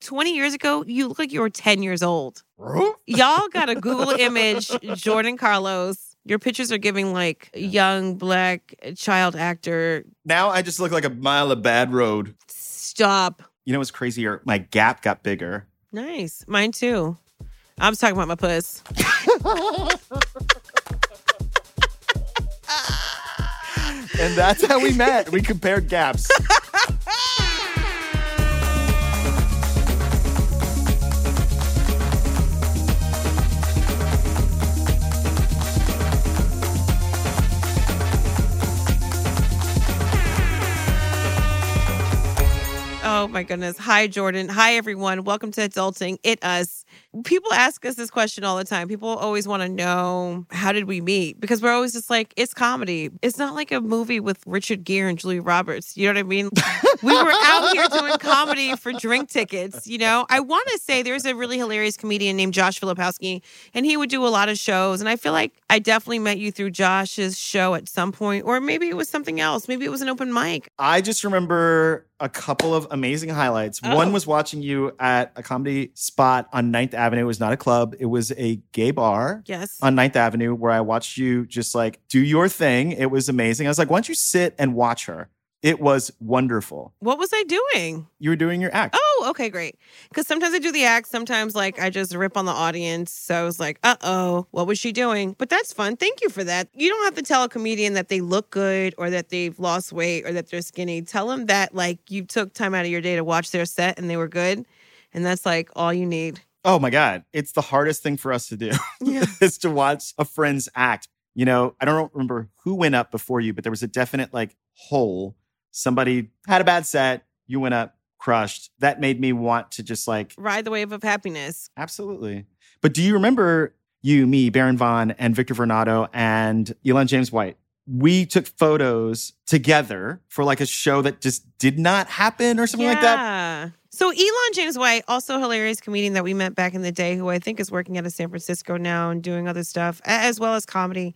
20 years ago, you look like you were 10 years old. Y'all got a Google image Jordan Carlos. Your pictures are giving like young black eh, child actor. Now I just look like a mile of bad road. Stop. You know what's crazier? My gap got bigger. Nice. Mine too. I was talking about my puss. And that's how we met. We compared gaps. Oh my goodness. Hi, Jordan. Hi, everyone. Welcome to Adulting. It Us. People ask us this question all the time. People always want to know how did we meet? Because we're always just like, it's comedy. It's not like a movie with Richard Gere and Julie Roberts. You know what I mean? we were out here doing comedy for drink tickets. You know, I want to say there's a really hilarious comedian named Josh Filipowski, and he would do a lot of shows. And I feel like I definitely met you through Josh's show at some point, or maybe it was something else. Maybe it was an open mic. I just remember a couple of amazing highlights. Oh. One was watching you at a comedy spot on 9th Avenue. It was not a club, it was a gay bar Yes. on 9th Avenue where I watched you just like do your thing. It was amazing. I was like, why don't you sit and watch her? It was wonderful. What was I doing? You were doing your act. Oh, okay, great. Because sometimes I do the act, sometimes like I just rip on the audience. So I was like, uh oh, what was she doing? But that's fun. Thank you for that. You don't have to tell a comedian that they look good or that they've lost weight or that they're skinny. Tell them that like you took time out of your day to watch their set and they were good. And that's like all you need. oh my God. It's the hardest thing for us to do. Yeah. is to watch a friend's act. You know, I don't remember who went up before you, but there was a definite like hole. Somebody had a bad set, you went up, crushed. That made me want to just like, Ride the wave of happiness. absolutely. But do you remember you, me, Baron Vaughn, and Victor Vernado and Elon James White? We took photos together for like a show that just did not happen or something like that. Yeah. So Elon James White, also hilarious comedian that we met back in the day, who I think is working out of San Francisco now and doing other stuff a- as well as comedy.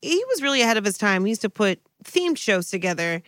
He was really ahead of his time. He used to put themed shows together,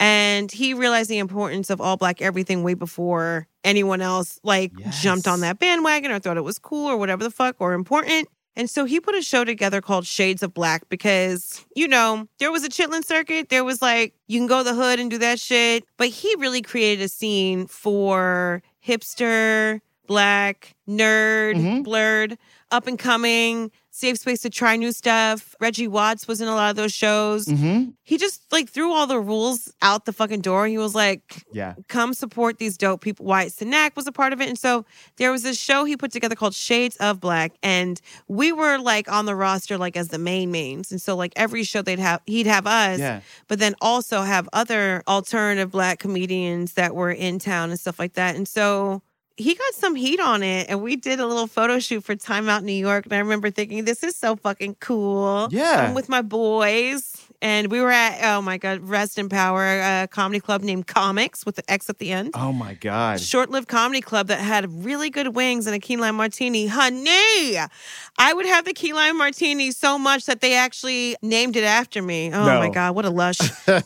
and he realized the importance of all black everything way before anyone else like jumped on Yes. that bandwagon or thought it was cool or whatever the fuck or important. And so he put a show together called Shades of Black because, you know, there was a Chitlin circuit. There was like, you can go to the hood and do that shit. But he really created a scene for hipster, black, nerd, Mhm. blurred, up and coming, safe space to try new stuff. Reggie Watts was in a lot of those shows. Mm-hmm. He just like threw all the rules out the fucking door. He was like, Yeah. come support these dope people. White Sinek was a part of it. And so there was this show he put together called Shades of Black. And we were like on the roster, like as the main mains. And so like every show they'd have, he'd have us, Yeah. but then also have other alternative black comedians that were in town and stuff like that. And so he got some heat on it. And we did a little photo shoot for Time Out New York. And I remember thinking, this is so fucking cool. Yeah. I'm with my boys. And we were at, oh my God, Rest in Power, a comedy club named Comics with the X at the end. Oh my God. Short lived comedy club that had really good wings and a key lime martini. Honey, I would have the key lime martini so much that they actually named it after me. Oh No. my God, what a lush.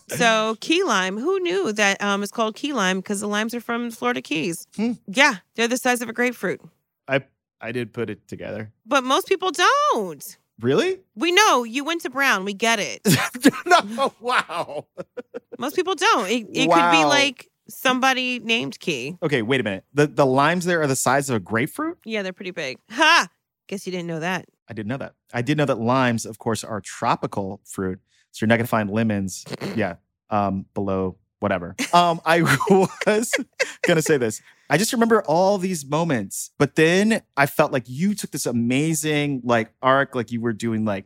so, key lime, who knew that um, it's called key lime because the limes are from Florida Keys? Hmm. Yeah, they're the size of a grapefruit, I did put it together. but most people don't. Really? We know you went to Brown. We get it. no. Wow. Most people don't. It, it could be Wow. like somebody named Key. Okay, wait a minute. The the limes there are the size of a grapefruit? Yeah, they're pretty big. Ha! Guess you didn't know that. I didn't know that. I did know that limes, of course, are tropical fruit. So you're not gonna find lemons, yeah, um, below whatever. Um, I was gonna say this. I just remember all these moments, but then I felt like you took this amazing like arc, like you were doing like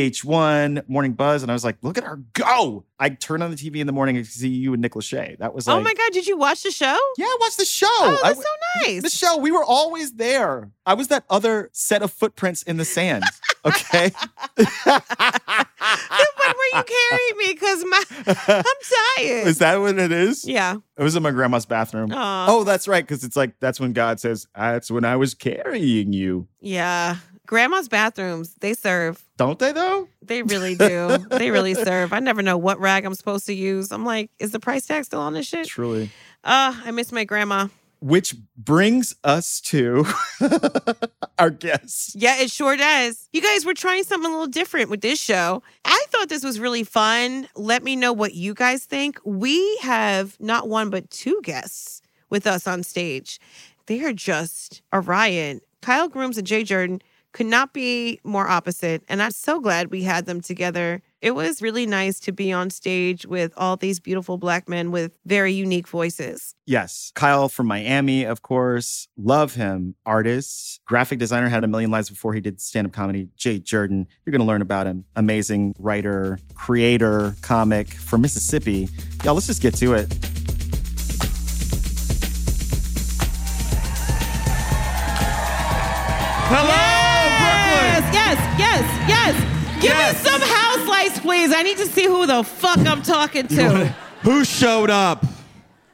VH1 Morning Buzz, and I was like, look at her go! I turned on the TV in the morning and see you and Nick Lachey. That was like, oh my God, did you watch the show? yeah, watch the show. Oh, I that's w- so nice. Michelle, we were always there. I was that other set of footprints in the sand. Okay. the one where you carried me because my I'm tired. is that what it is? yeah. It was in my grandma's bathroom. Aw. Oh, that's right. Because it's like, that's when God says, that's when I was carrying you. Yeah. Grandma's bathrooms, they serve. Don't they, though? They really do. they really serve. I never know what rag I'm supposed to use. I'm like, is the price tag still on this shit? Truly. Uh, I miss my grandma. Which brings us to our guest. Yeah, it sure does. You guys were trying something a little different with this show. I thought this was really fun. Let me know what you guys think. We have not one, but two guests with us on stage. They are just a riot. Kyle Grooms and Jay Jordan could not be more opposite. And I'm so glad we had them together. It was really nice to be on stage with all these beautiful black men with very unique voices. Yes. Kyle from Miami, of course. Love him. Artist, graphic designer, had a million lives before he did stand up comedy. Jay Jordan. You're going to learn about him. Amazing writer, creator, comic from Mississippi. Y'all, let's just get to it. Hello, Yes, yes, yes, yes. Give Yes. us some house lights, please. I need to see who the fuck I'm talking to. Who showed up?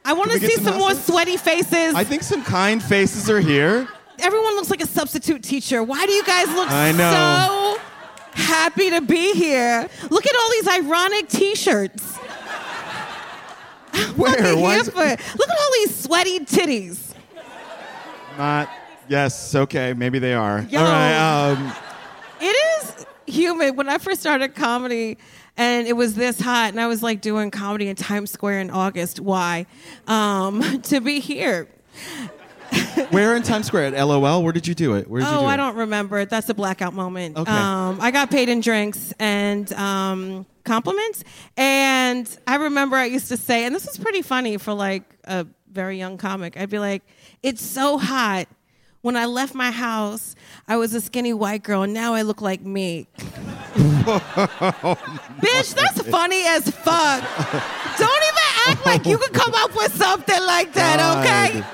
I want to Can we see get some, some more house lights? sweaty faces. I think some kind faces are here. Everyone looks like a substitute teacher. Why do you guys look I know. so happy to be here? Look at all these ironic T-shirts. What are they Where? Why here is- for? Look at all these sweaty titties. Not. Yes. Okay. Maybe they are. Yo. All right. Um, It is humid. When I first started comedy and it was this hot, and I was like doing comedy in Times Square in August, why? Um, to be here. where in Times Square? At LOL. Where did you do it? Where did you Oh, do I it? don't remember. That's a blackout moment. Okay. Um, I got paid in drinks and um, compliments. And I remember I used to say, and this is pretty funny for like a very young comic, I'd be like, it's so hot. When I left my house, I was a skinny white girl, and now I look like me. Bitch, that's funny as fuck. Don't even act like you could come up with something like that, okay? God.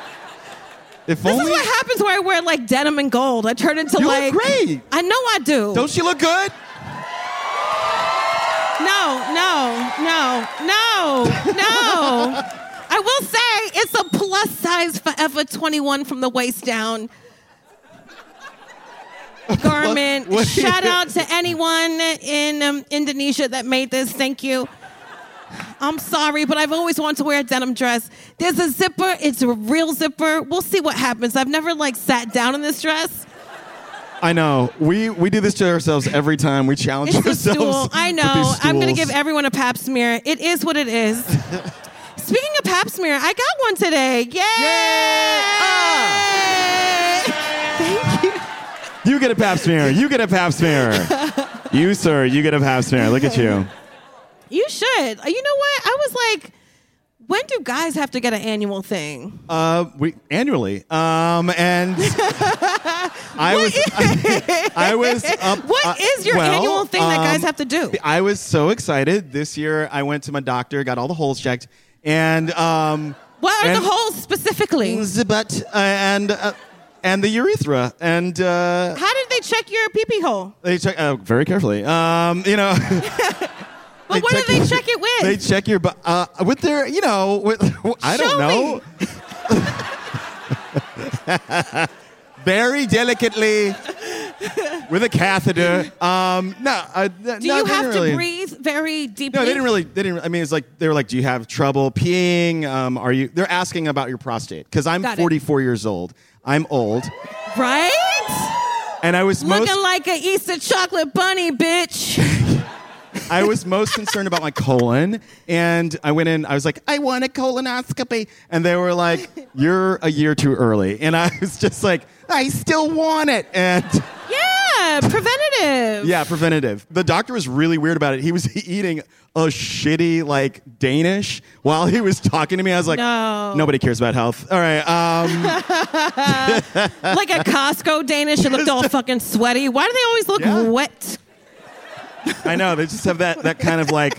If This only. is what happens where I wear like denim and gold. I turn into You look like great. I know I do. Don't she look good? No, no, no, no, no. I will say it's a plus size forever 21 from the waist down. Garment. What- what- Shout out to anyone in um, Indonesia that made this. Thank you. I'm sorry, but I've always wanted to wear a denim dress. There's a zipper. It's a real zipper. We'll see what happens. I've never like sat down in this dress. I know. We we do this to ourselves every time. We challenge It's a ourselves. stool. I with know. these I'm going to stools. give everyone a pap smear. It is what it is. Speaking of pap smear, I got one today. Yay! Thank you. You get a pap smear. You get a pap smear. you, sir, you get a pap smear. Look at you. You should. You know what? I was like, when do guys have to get an annual thing? Uh, we annually. Um, and I was I, was up. What uh, is your well, annual thing that guys um, have to do? I was so excited this year. I went to my doctor, got all the holes checked, and um, What are and- the holes specifically? the butt uh, and uh, and the urethra and. Uh, How did they check your pee pee hole? They check uh, very carefully. Um, you know. But what do they check it with? They check your bu- uh, with their, you know, with I Show don't know. very delicately with a catheter. Um, no, uh, Do you have to breathe very deeply? No, they didn't really. They didn't. I mean, it's like they were like, "Do you have trouble peeing? Um, are you?" They're asking about your prostate because I'm Got it. 44 years old. I'm old, Right? and I was most. Looking like an Easter chocolate bunny, bitch. I was most concerned about my colon, and I went in. I was like, "I want a colonoscopy," and they were like, "You're a year too early." And I was just like, "I still want it," and Yeah, Yeah, preventative. Yeah, preventative. The doctor was really weird about it. He was eating a shitty like Danish while he was talking to me. I was like, No. nobody cares about health. All right. Um, like a Costco Danish. It looked all fucking sweaty. Why do they always look Yeah. wet? I know they just have that that kind of like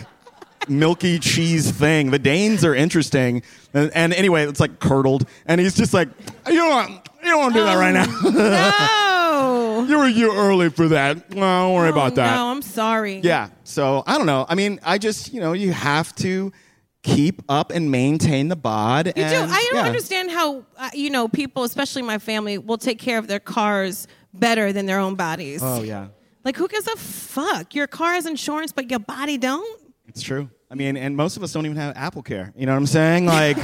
milky cheese thing. The Danes are interesting, and, and anyway, it's like curdled, and he's just like, you don't want, you don't want to do that right Oh. No. now. you were you early for that. No, don't worry about that. Oh, No, I'm sorry. Yeah. So I don't know. I mean, I just you know you have to keep up and maintain the bod. You do. I don't understand how uh, you know people, especially my family, will take care of their cars better than their own bodies. Oh yeah, Like who gives a fuck? Your car has insurance, but your body don't. it's true. I mean, and most of us don't even have Apple Care. You know what I'm saying? Like.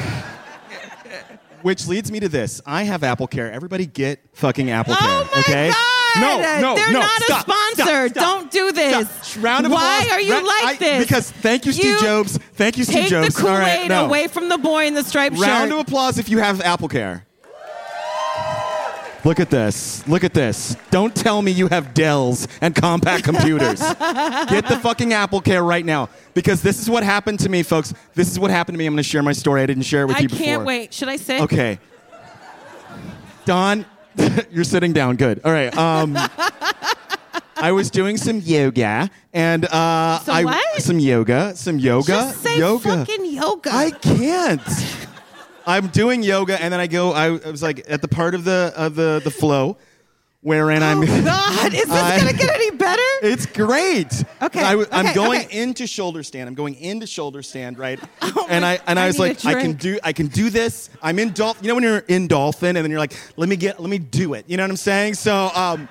Which leads me to this. I have Apple Care. Everybody get fucking Apple Oh my Care. Okay? god! No, no, they're no. not stop, a sponsor. Stop, stop, Don't do this. stop. Round of Why applause. are you Ra- like I- this? Because thank you, Steve You Jobs. Thank you, Steve Take Jobs. the Kool All Aid right, no. away from the boy in the striped Round of shirt. applause if you have Apple Care. Look at this. Look at this. Don't tell me you have Dells and compact computers. Get the fucking Apple Care right now because this is what happened to me, folks. This is what happened to me. I'm going to share my story. I didn't share it with I you before. can't wait. Should I sit? Okay. Don, you're sitting down. Good. All right. Um, I was doing some yoga and uh, Some I what? some yoga, some yoga, Just say yoga. fucking yoga. I can't. I'm doing yoga, and then I go. I, I was like at the part of the of the the flow, wherein I'm. oh God, is this I- gonna get any better? It's great. Okay, I, am okay, going okay. into shoulder stand. I'm going into shoulder stand, right? Oh and my- I and I, I was need a like, I can drink. do I can do this. I'm in dolphin. You know when you're in dolphin, and then you're like, let me get, let me do it. You know what I'm saying? So um,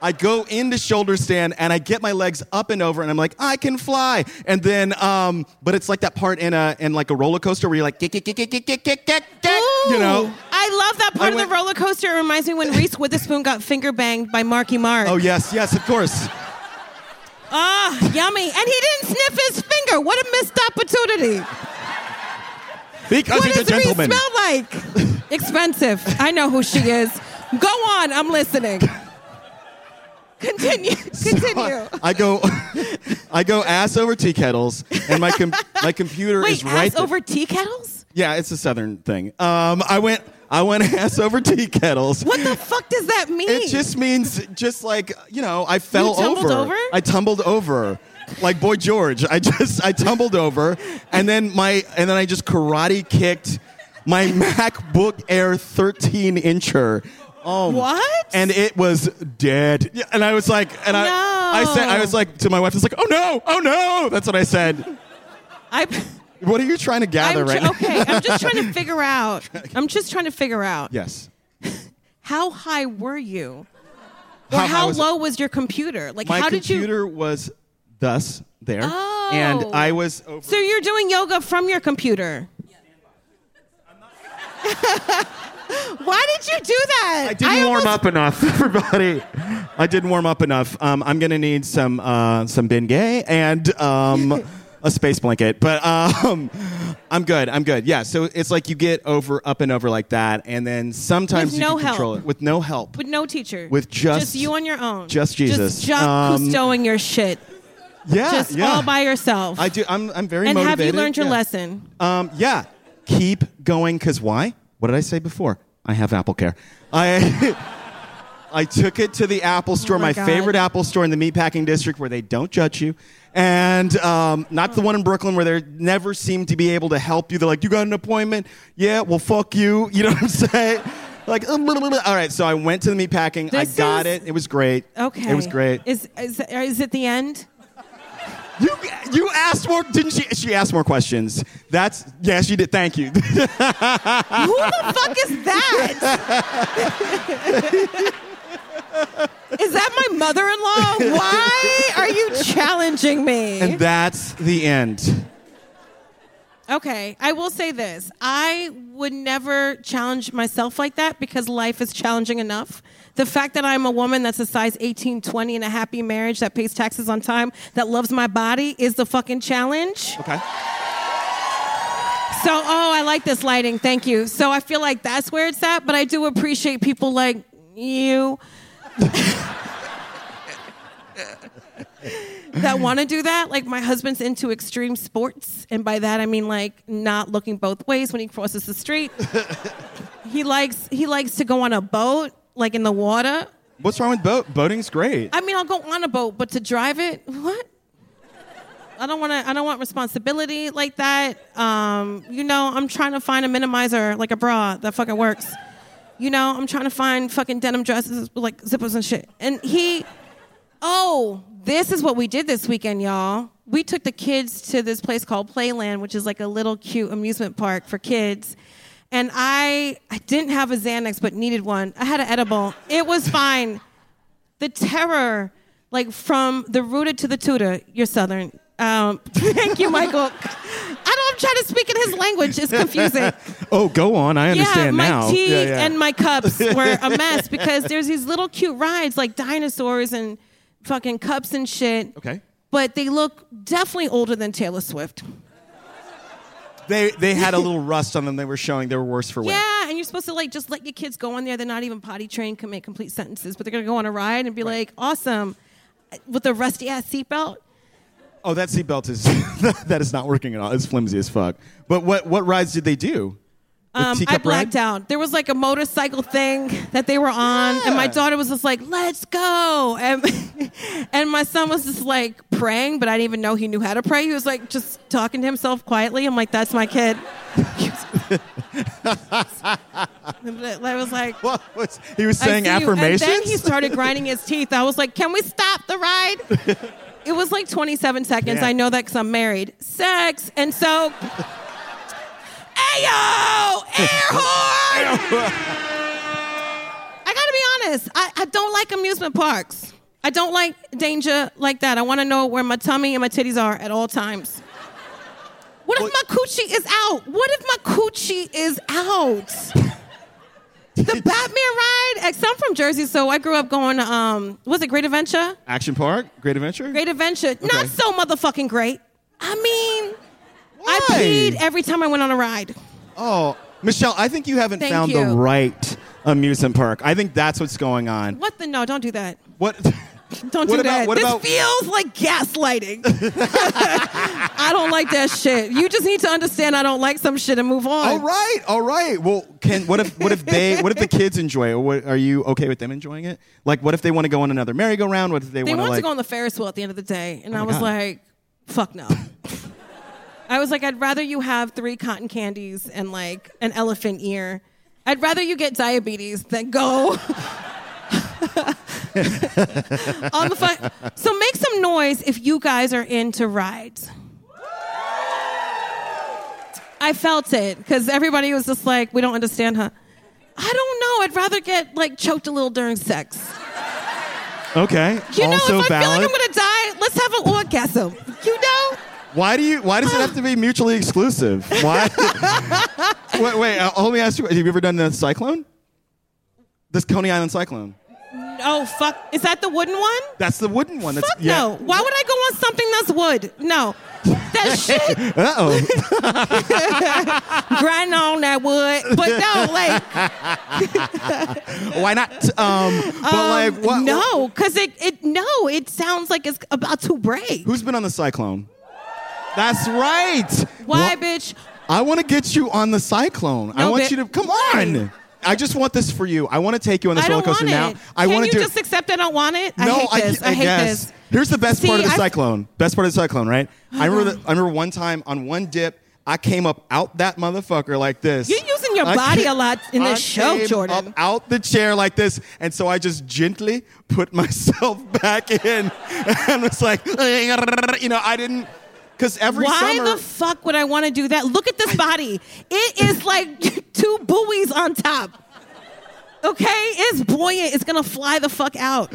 I go into shoulder stand, and I get my legs up and over, and I'm like, I can fly. And then um, but it's like that part in a in like a roller coaster where you're like, kick, kick, kick, kick, kick, kick, kick, kick, kick, you Ooh. know. I love that part I of went- the roller coaster. It reminds me when Reese Witherspoon got finger banged by Marky Mark. Oh yes, yes, of course. Ah, yummy. And he didn't sniff his finger. What a missed opportunity. Because What he's a does Reese gentleman. smell like? Expensive. I know who she is. Go on. I'm listening. Continue. Continue. I go, I go ass over tea kettles, and my com- my computer Wait, is right. ass there. over tea kettles? Yeah, it's a southern thing. Um, I went, I went ass over tea kettles. What the fuck does that mean? It just means, just like you know, I fell tumbled over? I tumbled over, like boy George. I just, I tumbled over, and then my, and then I just karate kicked my MacBook Air 13 incher. Oh, What? and it was dead. Yeah, And I was like, and I, I said, I No. was like to my wife, I was like, oh no, oh no. That's what I said. I, What are you trying to gather I'm right ju- now? okay. I'm just trying to figure out. I'm just trying to figure out. Yes. How high were you? Or how, How high was- low was your computer? Like, My how did you? computer was thus there, Oh. and I was over. So you're doing yoga from your computer. Why did you do that? I didn't warm up enough, everybody. I didn't warm up enough. Um, I'm gonna need some uh, some Bengay and um, a space blanket, but um, I'm good. I'm good. Yeah. So it's like you get over, up and over like that, and then sometimes With you no can control help. it with no help. with no teacher. With just- you on your own. just Jesus. Just Jacques Um, Cousteauing your shit. yeah. Just yeah. all by yourself. I do. I'm I'm very and motivated. have you learned your Yeah. lesson? Um, yeah. Keep going, cause why? What did I say before? I have Apple Care. I I took it to the Apple store, Oh my my, God. favorite Apple store in the meatpacking district, where they don't judge you, and um, not the one in Brooklyn where they never seem to be able to help you. They're like, "You got an appointment? Yeah, well, fuck you." You know what I'm saying? Like, um, blah, blah, blah. all right. So I went to the meatpacking. I This got is- it. It was great. Okay. It was great. Is, is, is it the end? You you asked more, didn't she? She asked more questions. That's yeah, she did. Thank you. Who the fuck is that? is that my mother-in-law? Why are you challenging me? And that's the end. Okay, I will say this. I would never challenge myself like that because life is challenging enough. The fact that I'm a woman that's a size 18, 20 in a happy marriage that pays taxes on time, that loves my body is the fucking challenge. Okay. So, oh, I like this lighting. Thank you. So, I feel like that's where it's at, but I do appreciate people like you that want to do that. Like my husband's into extreme sports, and by that I mean like not looking both ways when he crosses the street. he likes he likes to go on a boat, like in the water. What's wrong with boat? Boating's great. I mean, I'll go on a boat, but to drive it, what? I don't want to. I don't want responsibility like that. Um, you know, I'm trying to find a minimizer, like a bra that fucking works. You know, I'm trying to find fucking denim dresses with like zippers and shit. And he, oh, this is what we did this weekend, y'all. We took the kids to this place called Playland, which is like a little cute amusement park for kids. And I, I didn't have a Xanax, but needed one. I had an edible. It was fine the terror, like from the rooted to the tutor. You're Southern. Um, thank you, Michael. I don't. I'm trying to speak in his language. It's confusing. Oh, go on. I yeah, understand my now. tea Yeah, yeah. and my cups were a mess because there's these little cute rides like dinosaurs and fucking cups and shit. Okay. But they look definitely older than Taylor Swift. They they had a little rust on them. They were showing they were worse for wear. Yeah, and you're supposed to like just let your kids go in there. They're not even potty trained, can make complete sentences, but they're gonna go on a ride and be like, awesome, with a rusty ass seatbelt. Oh, that seatbelt is that is not working at all. It's flimsy as fuck. But what what rides did they do? The Um, I teacup blacked ride? out. There was like a motorcycle thing that they were on, and my daughter was just like, "Let's go!" And, and my son was just like praying, but I didn't even know he knew how to pray. He was like just talking to himself quietly. I'm like, "That's my kid." I was like, What was he was saying I see you. affirmations? And then he started grinding his teeth. I was like, can we stop the ride? It was like 27 seconds. Yeah. I know that because I'm married. Sex. And so, ayo, air horn. I got to be honest. I, I don't like amusement parks. I don't like danger like that. I want to know where my tummy and my titties are at all times. What if my coochie is out? What if my coochie is out? the Batman ride. Like, I'm from Jersey, so I grew up going. to, Um, was it Great Adventure? Action Park, Great Adventure. Great Adventure. Not so motherfucking great. I mean, I Why? peed every time I went on a ride. Oh, Michelle, I think you haven't Thank found the you. right amusement park. I think that's what's going on. What the? No, don't do that. What? Don't What do about- that. what this about- feels like gaslighting. I don't like that shit. You just need to understand I don't like some shit and move on. all right, all right. Well, can what if what if they what if the kids enjoy it? What, are you okay with them enjoying it? Like, what if they want to go on another merry-go-round? What if they, They want wanted like, Oh to go on the Ferris wheel at the end of the day, and I my was God. like, "Fuck no." I was like, "I'd rather you have three cotton candies and like an elephant ear. I'd rather you get diabetes than go." on the fun- so make some noise if you guys are into rides. I felt it because everybody was just like, "We don't understand her." I don't know. I'd rather get like choked a little during sex. okay? You also know, if I valid. feel like I'm gonna die, let's have an orgasm. You know? Why do you? Why does it have to be mutually exclusive? Why? wait, wait. Uh, let me ask you. Have you ever done the cyclone? This Coney Island cyclone. Oh fuck! Is that the wooden one? That's the wooden one. That's fuck no! Why would I go on something that's wood? No, that shit Uh oh. grinding on that wood. But no, like Why not? Um, but like what? no, because it it no, it sounds like it's about to break. Who's been on the cyclone? That's right. Why, Wha- bitch? I want to get you on the cyclone. I No, want ba- you to come Why? on. I just want this for you. I want to take you on this I roller don't want coaster it. now. I Can want you to do. just accept I don't want it? no, I hate this. I, hate guess. this. Here's the best See, part of the I- cyclone. Best part of the cyclone, right? I remember. The, I remember one time on one dip, I came up out that motherfucker like this. You're using your I body ca- a lot in I this show, came Jordan. Up out the chair like this, and so I just gently put myself back in, and was like, you know, I didn't, because every Why summer. the fuck would I want to do that? Look at this body. It is like two buoys on top. Okay? It's buoyant. It's going to fly the fuck out.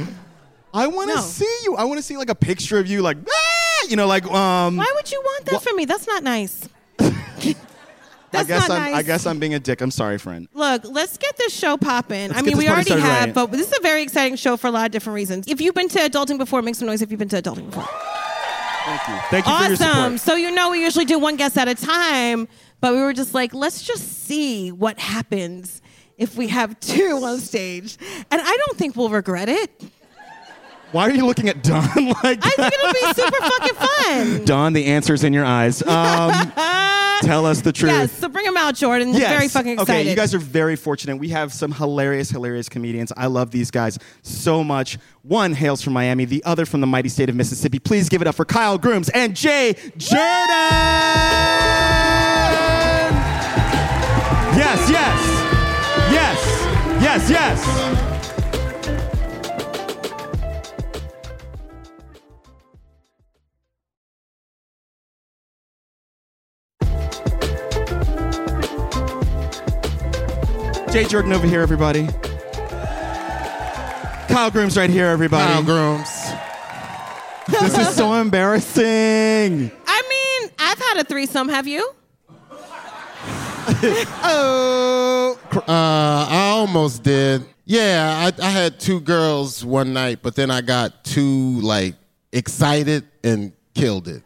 I want to No. see you. I want to see like a picture of you, like ah! you know, like um. Why would you want that Wha- for me? That's not nice. I That's guess not I'm. nice. I guess I'm being a dick. I'm sorry, friend. Look, let's get this show popping. I get mean, this we party already started have, right. but this is a very exciting show for a lot of different reasons. If you've been to adulting before, make some noise if you've been to adulting before. Thank you. Thank you for your Awesome. support. So you know we usually do one guest at a time, but we were just like, let's just see what happens if we have two on stage. And I don't think we'll regret it. Why are you looking at Don like I that? think it'll be super fucking fun. Don, the answer's in your eyes. Um, tell us the truth. Yes, so bring them out, Jordan. We're Very fucking excited. Okay, you guys are very fortunate. We have some hilarious, hilarious comedians. I love these guys so much. One hails from Miami, the other from the mighty state of Mississippi. Please give it up for Kyle Grooms and Jay Jordan. Yes, yes, yes, yes, yes. Jay Jordan over here, everybody. Kyle Groom's right here, everybody. Kyle Grooms. This is so embarrassing. I mean, I've had a threesome. Have you? Uh, I almost did. Yeah, I, I had two girls one night, but then I got too like excited and killed it.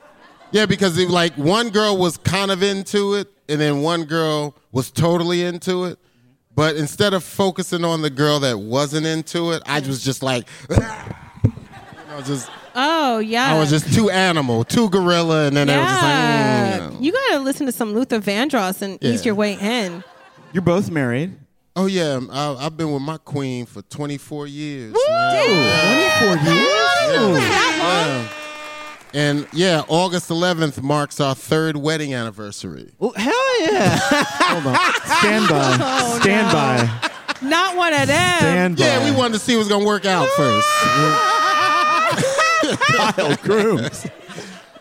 Yeah, because it, like one girl was kind of into it, and then one girl was totally into it. But instead of focusing on the girl that wasn't into it, I was just like, you know, just Oh yeah. I was just too animal, too gorilla, and then I was just like, mm, yeah. you know. you gotta listen to some Luther Vandross and ease Yeah. your way in. You're both married. Oh yeah, I, I've been with my queen for 24 years. Yeah. And yeah, August 11th marks our third wedding anniversary. hell yeah. Oh, Hold on. Stand by. Stand by. Not one of them. Stand by. Yeah, we wanted to see what's gonna work out first. Kyle Grooms.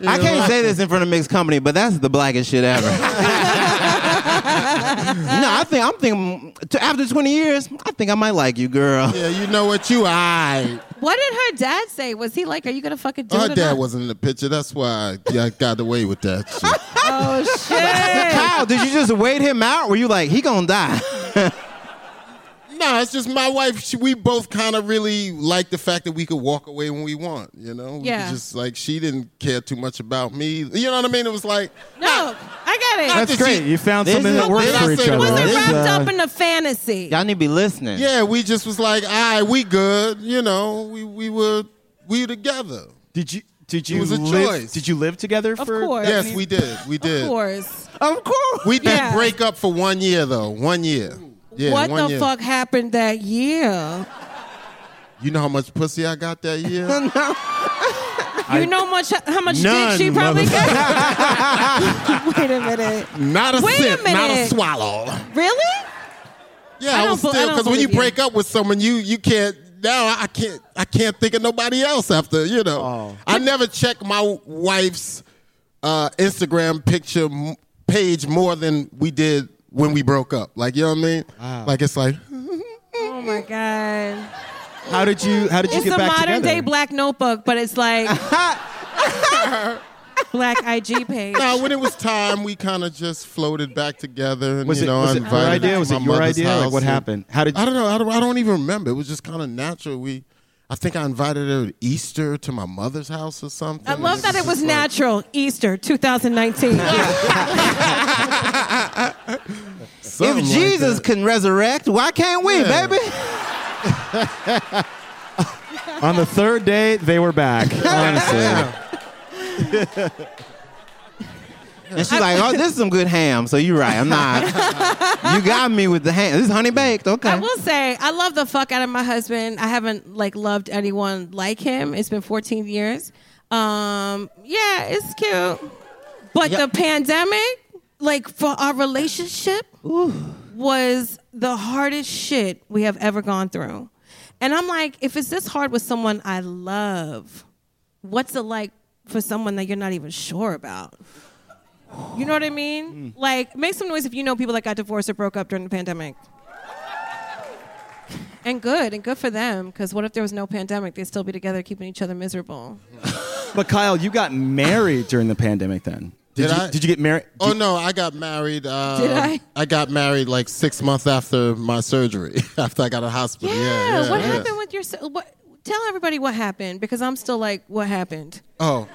I can't say this in front of mixed company, but that's the blackest shit ever. no, I think I'm thinking t- after 20 years, I think I might like you, girl. Yeah, you know what? You I. What did her dad say? Was he like, "Are you gonna fucking do it?" Her or dad not? wasn't in the picture. That's why I I got away with that. shit. Oh shit! Kyle, did you just wait him out? Were you like, he gonna die? No, it's just my wife. She, we both kind of really like the fact that we could walk away when we want. You know, We could Yeah. just like she didn't care too much about me. You know what I mean? It was like no, I got it. That's great. You found This something is- that works Did I for each say- other. Was Wasn't This, wrapped uh, up in a fantasy. Y'all need to be listening. Yeah, we just was like, all right, we good. You know, we we were we together. Did you did you was a live, choice. Did you live together Of for course. Yes, we did. We did. Of course. Of course. We did Yeah. break up for one year though. One year. Yeah, what one the year. fuck happened that year? You know how much pussy I got that year? you know much how much dick None, she probably got. Wait a minute. not a Wait a sip, not a minute. swallow. Really? Yeah, I I, don't was bel- I still don't because when you believe you. break up with someone, you you can't. Now I can't. I can't think of nobody else after. You know, Oh. I never check my wife's uh, Instagram picture m- page more than we did when we broke up. Like you know what I mean? Like it's like Oh my god. How did you how did you It's get a back modern together? day black notebook, but it's like black IG page. no. When it was time, we kind of just floated back together. And was you it, know, was I it her invited idea? Was my it your mother's idea? Like house what and- happened? How did I don't know. I don't, I don't even remember. It was just kind of natural. We, I think I invited her to Easter to my mother's house or something. I love that it was natural. natural. Easter 2019. Something if like Jesus that. can resurrect, why can't we, Yeah. baby? on the third day they were back? Uh, Honestly. And she's like, oh, this is some good ham. So you're right. I'm not. you got me with the ham. This is honey baked. Okay. I will say, I love the fuck out of my husband. I haven't like loved anyone like him. It's been 14 years. Um, yeah, it's cute. But the pandemic, like for our relationship, was the hardest shit we have ever gone through. And I'm like, if it's this hard with someone I love, what's it like for someone that you're not even sure about? You know what I mean? Like, make some noise if you know people that got divorced or broke up during the pandemic. And good, and good for them, because what if there was no pandemic? They'd still be together, keeping each other miserable. but Kyle, you got married during the pandemic then. Did, Did you I? did you get married? Oh no, I got married. Uh, Did I? got married like six months after my surgery. after I got a hospital. Yeah. yeah, what yeah. happened with your? s- What, tell everybody what happened, because I'm still like, what happened? Oh.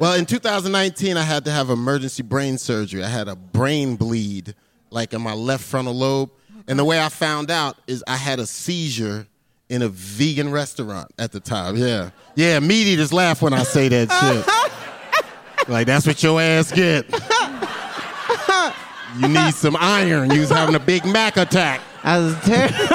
well, in 2019, I had to have emergency brain surgery. I had a brain bleed, like in my left frontal lobe. And the way I found out is I had a seizure in a vegan restaurant at the time. Yeah. Yeah, meat eaters laugh when I say that shit. like, that's what your ass get. you need some iron. You was having a Big Mac attack. I was terrible.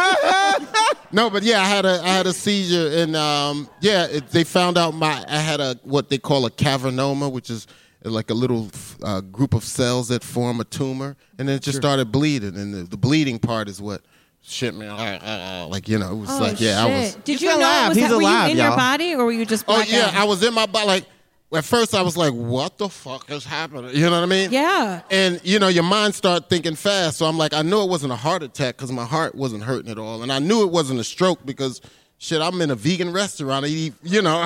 No, but yeah, I had a I had a seizure, and um, yeah, it, they found out my I had a what they call a cavernoma, which is like a little uh, group of cells that form a tumor, and then it just started bleeding, and the, the bleeding part is what shit me uh, like you know it was Oh, like yeah I was Did He's you know? alive. Was He's that, were alive, you in your y'all. body or were you just? oh black yeah out? I was in my body like at first I was like what the fuck is happening you know what I mean Yeah. and you know your mind start thinking fast so i'm like i knew it wasn't a heart attack because my heart wasn't hurting at all and i knew it wasn't a stroke because shit i'm in a vegan restaurant i eat you know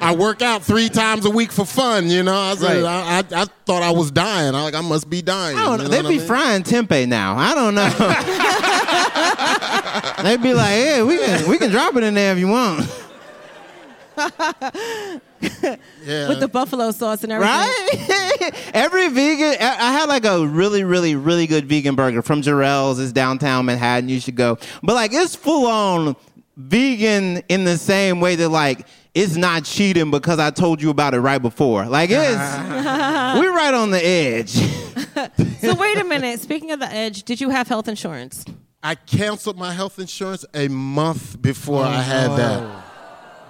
i work out three times a week for fun you know i was like, I, I, I thought i was dying i like i must be dying I don't you know. know They'd what I Oh, be mean? frying tempeh now. I don't know. They'd be like, yeah, we can, we can drop it in there if you want. yeah With the buffalo sauce and everything. Right? Every vegan, I I had like a really, really, really good vegan burger from Jarrell's. It's downtown Manhattan. You should go. But like, it's full on vegan in the same way that like, it's not cheating because I told you about it right before. Like, it's, we're right on the edge. So wait a minute. Speaking of the edge, did you have health insurance? i canceled my health insurance a month before i had that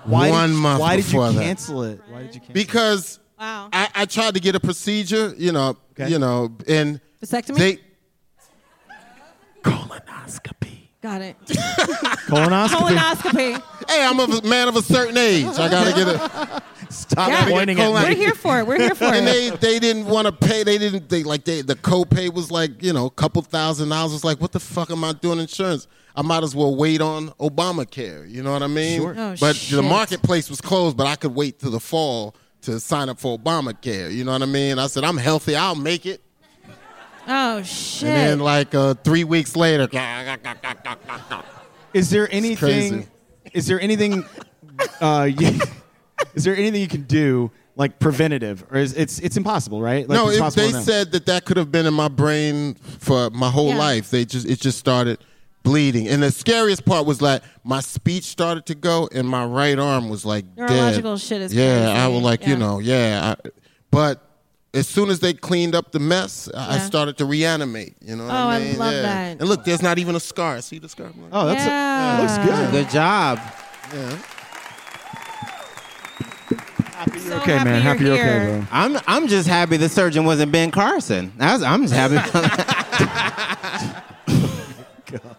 one month Why did you before that cancel it? Why did you cancel? because Wow. I, I tried to get a procedure, you know, Okay. you know, and Vasectomy? They, Got it. Colonoscopy. Colonoscopy. hey, I'm a man of a certain age. I gotta get a. Stop Yeah. pointing at We're me. here for it. We're here for And it. they they didn't want to pay. They didn't. They like they the copay was like you know a couple thousand dollars. It's like what the fuck am I doing insurance? I might as well wait on Obamacare. You know what I mean? Oh, but the shit. marketplace was closed, but I could wait till the fall to sign up for Obamacare. You know what I mean? I said I'm healthy. I'll make it. Oh shit. And then like uh, three weeks later, Is there anything? crazy. Is there anything? uh, you- is there anything you can do like preventative, or is it's it's impossible, right? Like, no, it's if possible they now. said that that could have been in my brain for my whole Yeah. life. They just it just started bleeding, and the scariest part was like my speech started to go, and my right arm was like dead. Neurological shit is yeah. crazy. I was like Yeah. you know yeah, I, but as soon as they cleaned up the mess, I I Yeah. started to reanimate. You know what Oh, I I mean? love Yeah. that. And look, there's not even a scar. See the scar? "Oh, that's Yeah. a, looks good." Good job. So okay, happy man. you're Happy you're okay, here. bro. I'm I'm just happy the surgeon wasn't Ben Carson. I was, I'm just happy.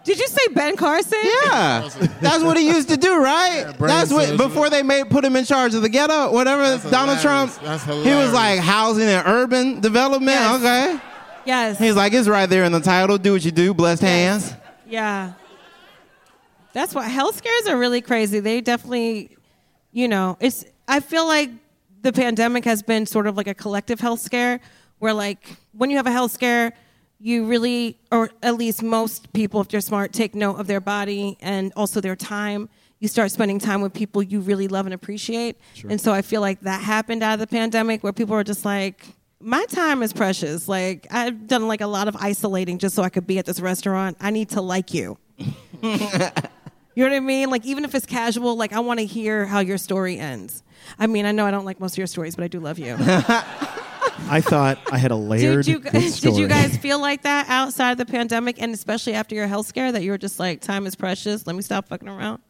Did you say Ben Carson? yeah, that's what he used to do, right? brain that's what surgery. before they made put him in charge of the ghetto, whatever. Donald hilarious. Trump. That's he was hilarious. like housing and urban development. Yes. Okay, Yes. he's like it's right there in the title. Do what you do. Blessed hands. yeah. That's why health scares are really crazy. They definitely, you know, it's. I feel like the pandemic has been sort of like a collective health scare, where like when you have a health scare, you really, or at least most people, if they're smart, take note of their body and also their time. You start spending time with people you really love and appreciate, and so I feel like that happened out of the pandemic, where people are just like, my time is precious. Like I've done like a lot of isolating just so I could be at this restaurant. I need to like you. you know what I mean? Like even if it's casual, like I want to hear how your story ends. I mean, I know I don't like most of your stories, but I do love you. I thought I had a layered. did you good guys, did story. you guys feel like that outside of the pandemic and especially after your health scare that you were just like time is precious, let me stop fucking around?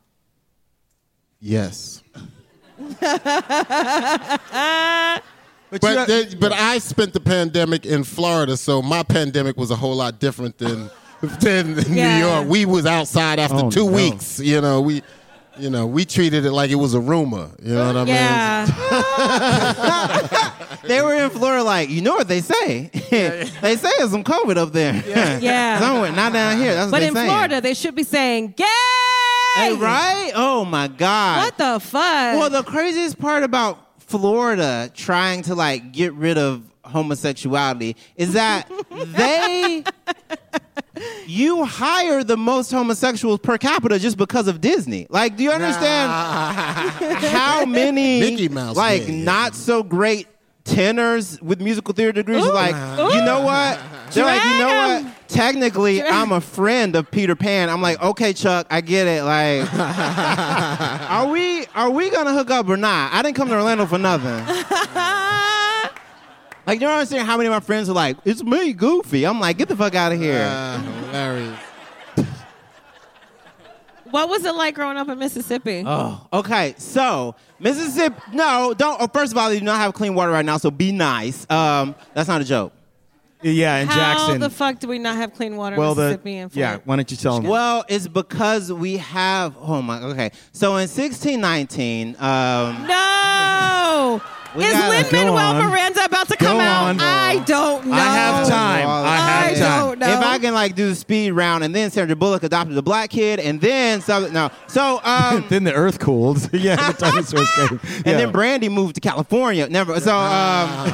Yes. But, But they- but I spent the pandemic in Florida, so my pandemic was a whole lot different than than Yeah. New York. We was outside after Oh, two no. weeks. You know, we you know we treated it like it was a rumor. You know what I mean? yeah. they were in Florida, like you know what they say. they say it's some COVID up there. Yeah. somewhere not down here. That's what But they in saying. Florida, they should be saying gay. Hey, right? Oh my God. What the fuck? Well, the craziest part about Florida trying to like get rid of homosexuality is that they you hire the most homosexuals per capita just because of Disney. Like, do you understand how many Mickey Mouse like did. not so great tenors with musical theater degrees are like, you know what? They're like, you know Drag 'em. what? Technically, I'm a friend of Peter Pan. I'm like, okay, Chuck, I get it. Like, are we are we gonna hook up or not? I didn't come to Orlando for nothing. like, you don't understand how many of my friends are like, it's me, Goofy. I'm like, get the fuck out of here. Uh, hilarious. What was it like growing up in Mississippi? Oh, okay. So Mississippi, no, don't. Oh, first of all, they do not have clean water right now, so be nice. Um, that's not a joke. Yeah, and How Jackson. the fuck do we not have clean water well, in the Mississippi and yeah. Florida? Why don't you tell them? Well, it's because we have. Oh my. Okay. So in 1619, um, No! We Is gotta- Lin Go Manuel on. Miranda about to come out? on. I don't know. I have time. I have I time. don't know. if I can like do the speed round, and then Sandra Bullock adopted a black kid, and then something. No. So um, Then the Earth cooled. yeah, the dinosaurs came. and then Brandy moved to California. Never. So um,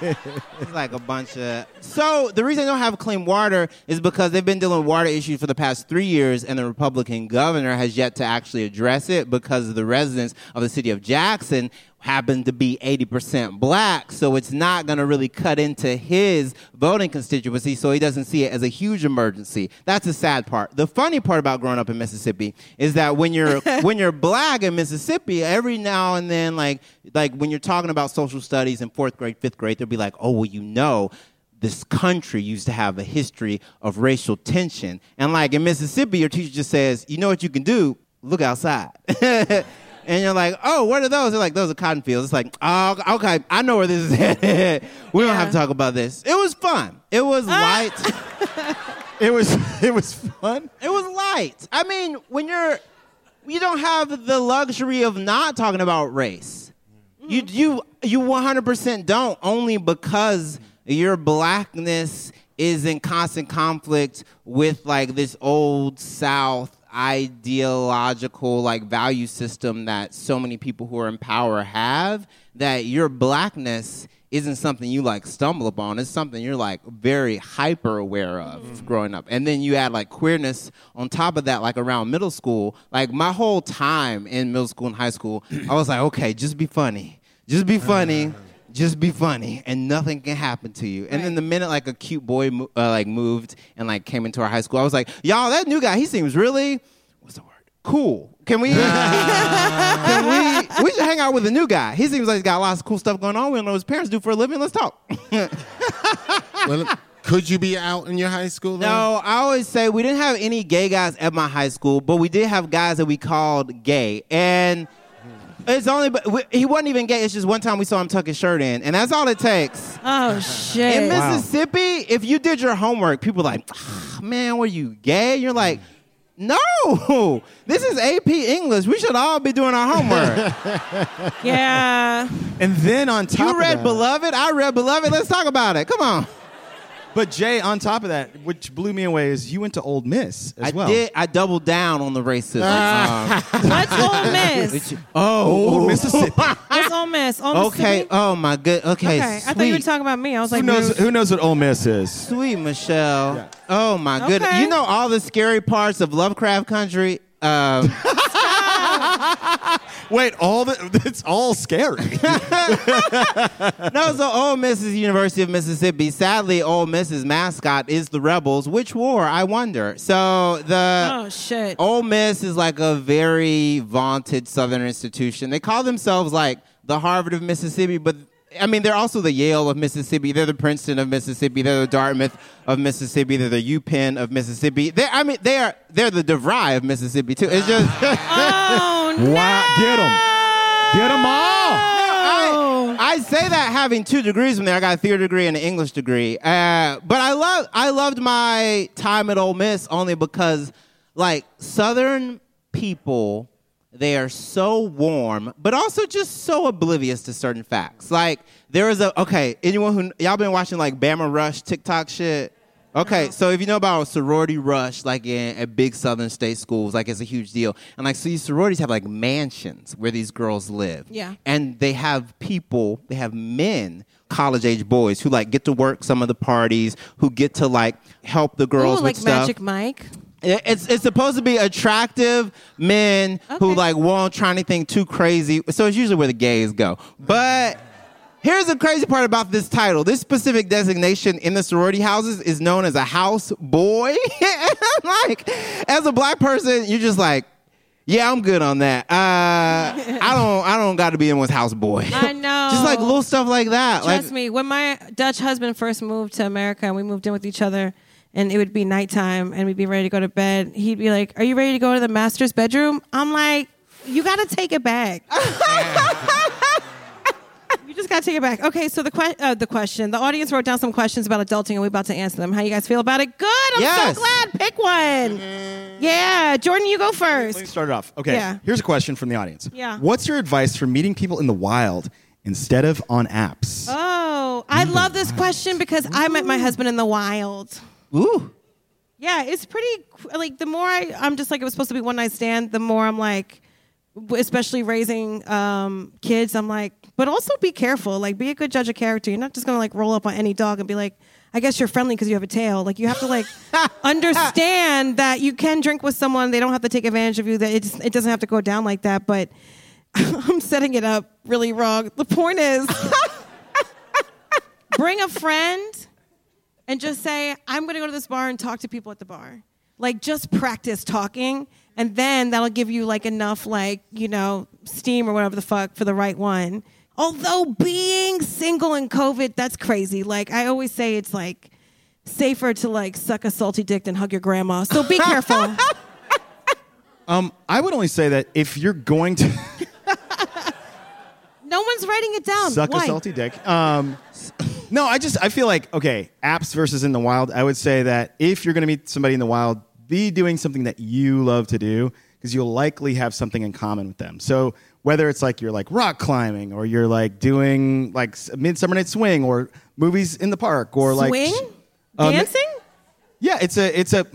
it's like a bunch of. So the reason they don't have clean water is because they've been dealing with water issues for the past three years, and the Republican governor has yet to actually address it because the residents of the city of Jackson happen to be 80% black, so it's not going to really cut into his voting constituency, so he doesn't see it as a huge emergency. That's the sad part. The funny part about growing up in Mississippi is that when you're when you're black in Mississippi, every now and then, like like when you're talking about social studies in fourth grade, fifth grade, they'll be like, oh well, you know. This country used to have a history of racial tension. And like in Mississippi, your teacher just says, you know what you can do? Look outside. And you're like, oh, what are those? They're like, those are cotton fields. It's like, oh, okay, I know where this is headed. we don't have to talk about this. It was fun. It was light. it was it was fun. it was light. I mean, when you're, you don't have the luxury of not talking about race. You you you 100% don't only because your blackness is in constant conflict with like this old South ideological like value system that so many people who are in power have that your blackness isn't something you like stumble upon it's something you're like very hyper aware of growing up and then you add like queerness on top of that like around middle school like my whole time in middle school and high school i was like okay just be funny just be funny just be funny and nothing can happen to you and then the minute like a cute boy mo- uh, like moved and like came into our high school i was like y'all that new guy he seems really what's the word cool can we can we we should hang out with a new guy he seems like he's got lots of cool stuff going on we don't know what his parents do for a living let's talk Well, could you be out in your high school? Though? No, I always say we didn't have any gay guys at my high school, but we did have guys that we called gay. And it's only, but we, he wasn't even gay. It's just one time we saw him tuck his shirt in, and that's all it takes. oh, In shit. Mississippi, if you did your homework, people were like, "Ah, man, were you gay? You're like, no, this is AP English. We should all be doing our homework. yeah. And then on top you of read that, Beloved, I read Beloved. Let's talk about it. Come on. but Jay, on top of that, which blew me away is you went to Old Miss as I well. did. I doubled down on the racism. Um, What's Ole Miss? Oh, Mississippi. What's Ole Miss? Ole Okay. Mississippi? Oh my good. Okay. okay. Sweet. I thought you were talking about me. I was who like, knows? dude. Who knows what Ole Miss is? Sweet Michelle. Oh my good. Okay. You know all the scary parts of Lovecraft Country. Um, Wait, all the it's all scary. no, so Ole Miss is the University of Mississippi. Sadly, Ole Miss's mascot is the Rebels. Which war? I wonder. So the oh, shit. Ole Miss is like a very vaunted Southern institution. They call themselves like the Harvard of Mississippi, but I mean, they're also the Yale of Mississippi. They're the Princeton of Mississippi. They're the Dartmouth of Mississippi. They're the UPenn of Mississippi. They, I mean, they are they're the DeVry of Mississippi too. It's just Oh, no. Wow, get them, get them all. I, I say that having two degrees from there. I got a theater degree and an English degree. Uh, but I love I loved my time at Ole Miss only because like Southern people, they are so warm, but also just so oblivious to certain facts. Like there is a okay, anyone who y'all been watching like Bama Rush TikTok shit. Okay, so if you know about sorority rush, like in at big Southern state schools, like it's a huge deal. And like, so these sororities have like mansions where these girls live. Yeah. And they have people, they have men, college age boys, who like get to work some of the parties, who get to like help the girls Ooh, like with stuff. Magic Mike. It- It's it's supposed to be attractive men who Okay. like won't try anything too crazy. So it's usually where the gays go. But Here's the crazy part about this title. This specific designation in the sorority houses is known as a house boy. and I'm like, as a black person, you're just like, yeah, I'm good on that. Uh, I don't, I don't got to be in one's house boy. I know. just like little stuff like that. Trust like, me, when my Dutch husband first moved to America and we moved in with each other, and it would be nighttime and we'd be ready to go to bed, he'd be like, Are you ready to go to the master's bedroom? I'm like, You got to take it back. you just got to take it back. Okay, so the, que- uh, the question the audience wrote down some questions about adulting and we're about to answer them. How you guys feel about it? Good. I'm Yes. Mm-hmm. so glad. Pick one. Yeah. Jordan, you go first. Let me start it off. Okay. Yeah. Here's a question from the audience. Yeah. What's your advice for meeting people in the wild instead of on apps? Oh, I love this question because I met my husband in the wild. ooh, Yeah, it's pretty. Like the more I, I'm just like it was supposed to be one night stand. The more I'm like, especially raising um, kids, I'm like, but also be careful. Like, be a good judge of character. You're not just gonna like roll up on any dog and be like, I guess you're friendly because you have a tail. Like, you have to like understand that you can drink with someone. They don't have to take advantage of you. That it just, it doesn't have to go down like that. But I'm setting it up really wrong. The point is, bring a friend and just say, I'm going to go to this bar and talk to people at the bar. Like, just practice talking, and then that'll give you like enough, like, you know, steam or whatever the fuck for the right one. Although being single in COVID, that's crazy. Like, I always say it's like safer to like suck a salty dick than hug your grandma. So be careful. Um, I would only say that if you're going to no one's writing it down. suck Why? a salty dick, um, no, I just I feel like okay, apps versus in the wild. I would say that if you're going to meet somebody in the wild, be doing something that you love to do because you'll likely have something in common with them. So whether it's like you're like rock climbing or you're like doing like s- midsummer night swing or movies in the park or like Swing? Um, Dancing? Yeah, it's a it's a.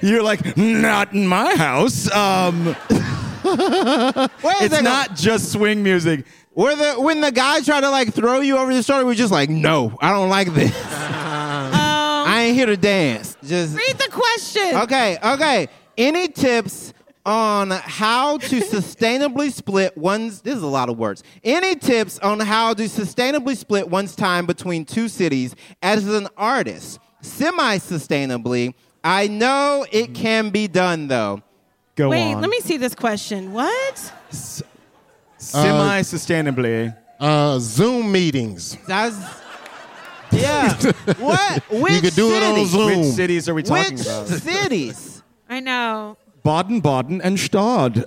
you're like not in my house. Um, wait a it's second. not just swing music. Where the when the guy tried to like throw you over the shoulder, we're just like, no, I don't like this. I ain't here to dance. Just Read the question. okay, okay. Any tips on how to sustainably split one's? This is a lot of words. Any tips on how to sustainably split one's time between two cities as an artist, semi-sustainably? I know it can be done though. Go Wait, on. let me see this question. What? Um, Semi sustainably. Uh, Zoom meetings. That's yeah. what? Which you could do it on city? Zoom. Which cities are we talking Which about? cities? I know. Baden, Baden, and Stade.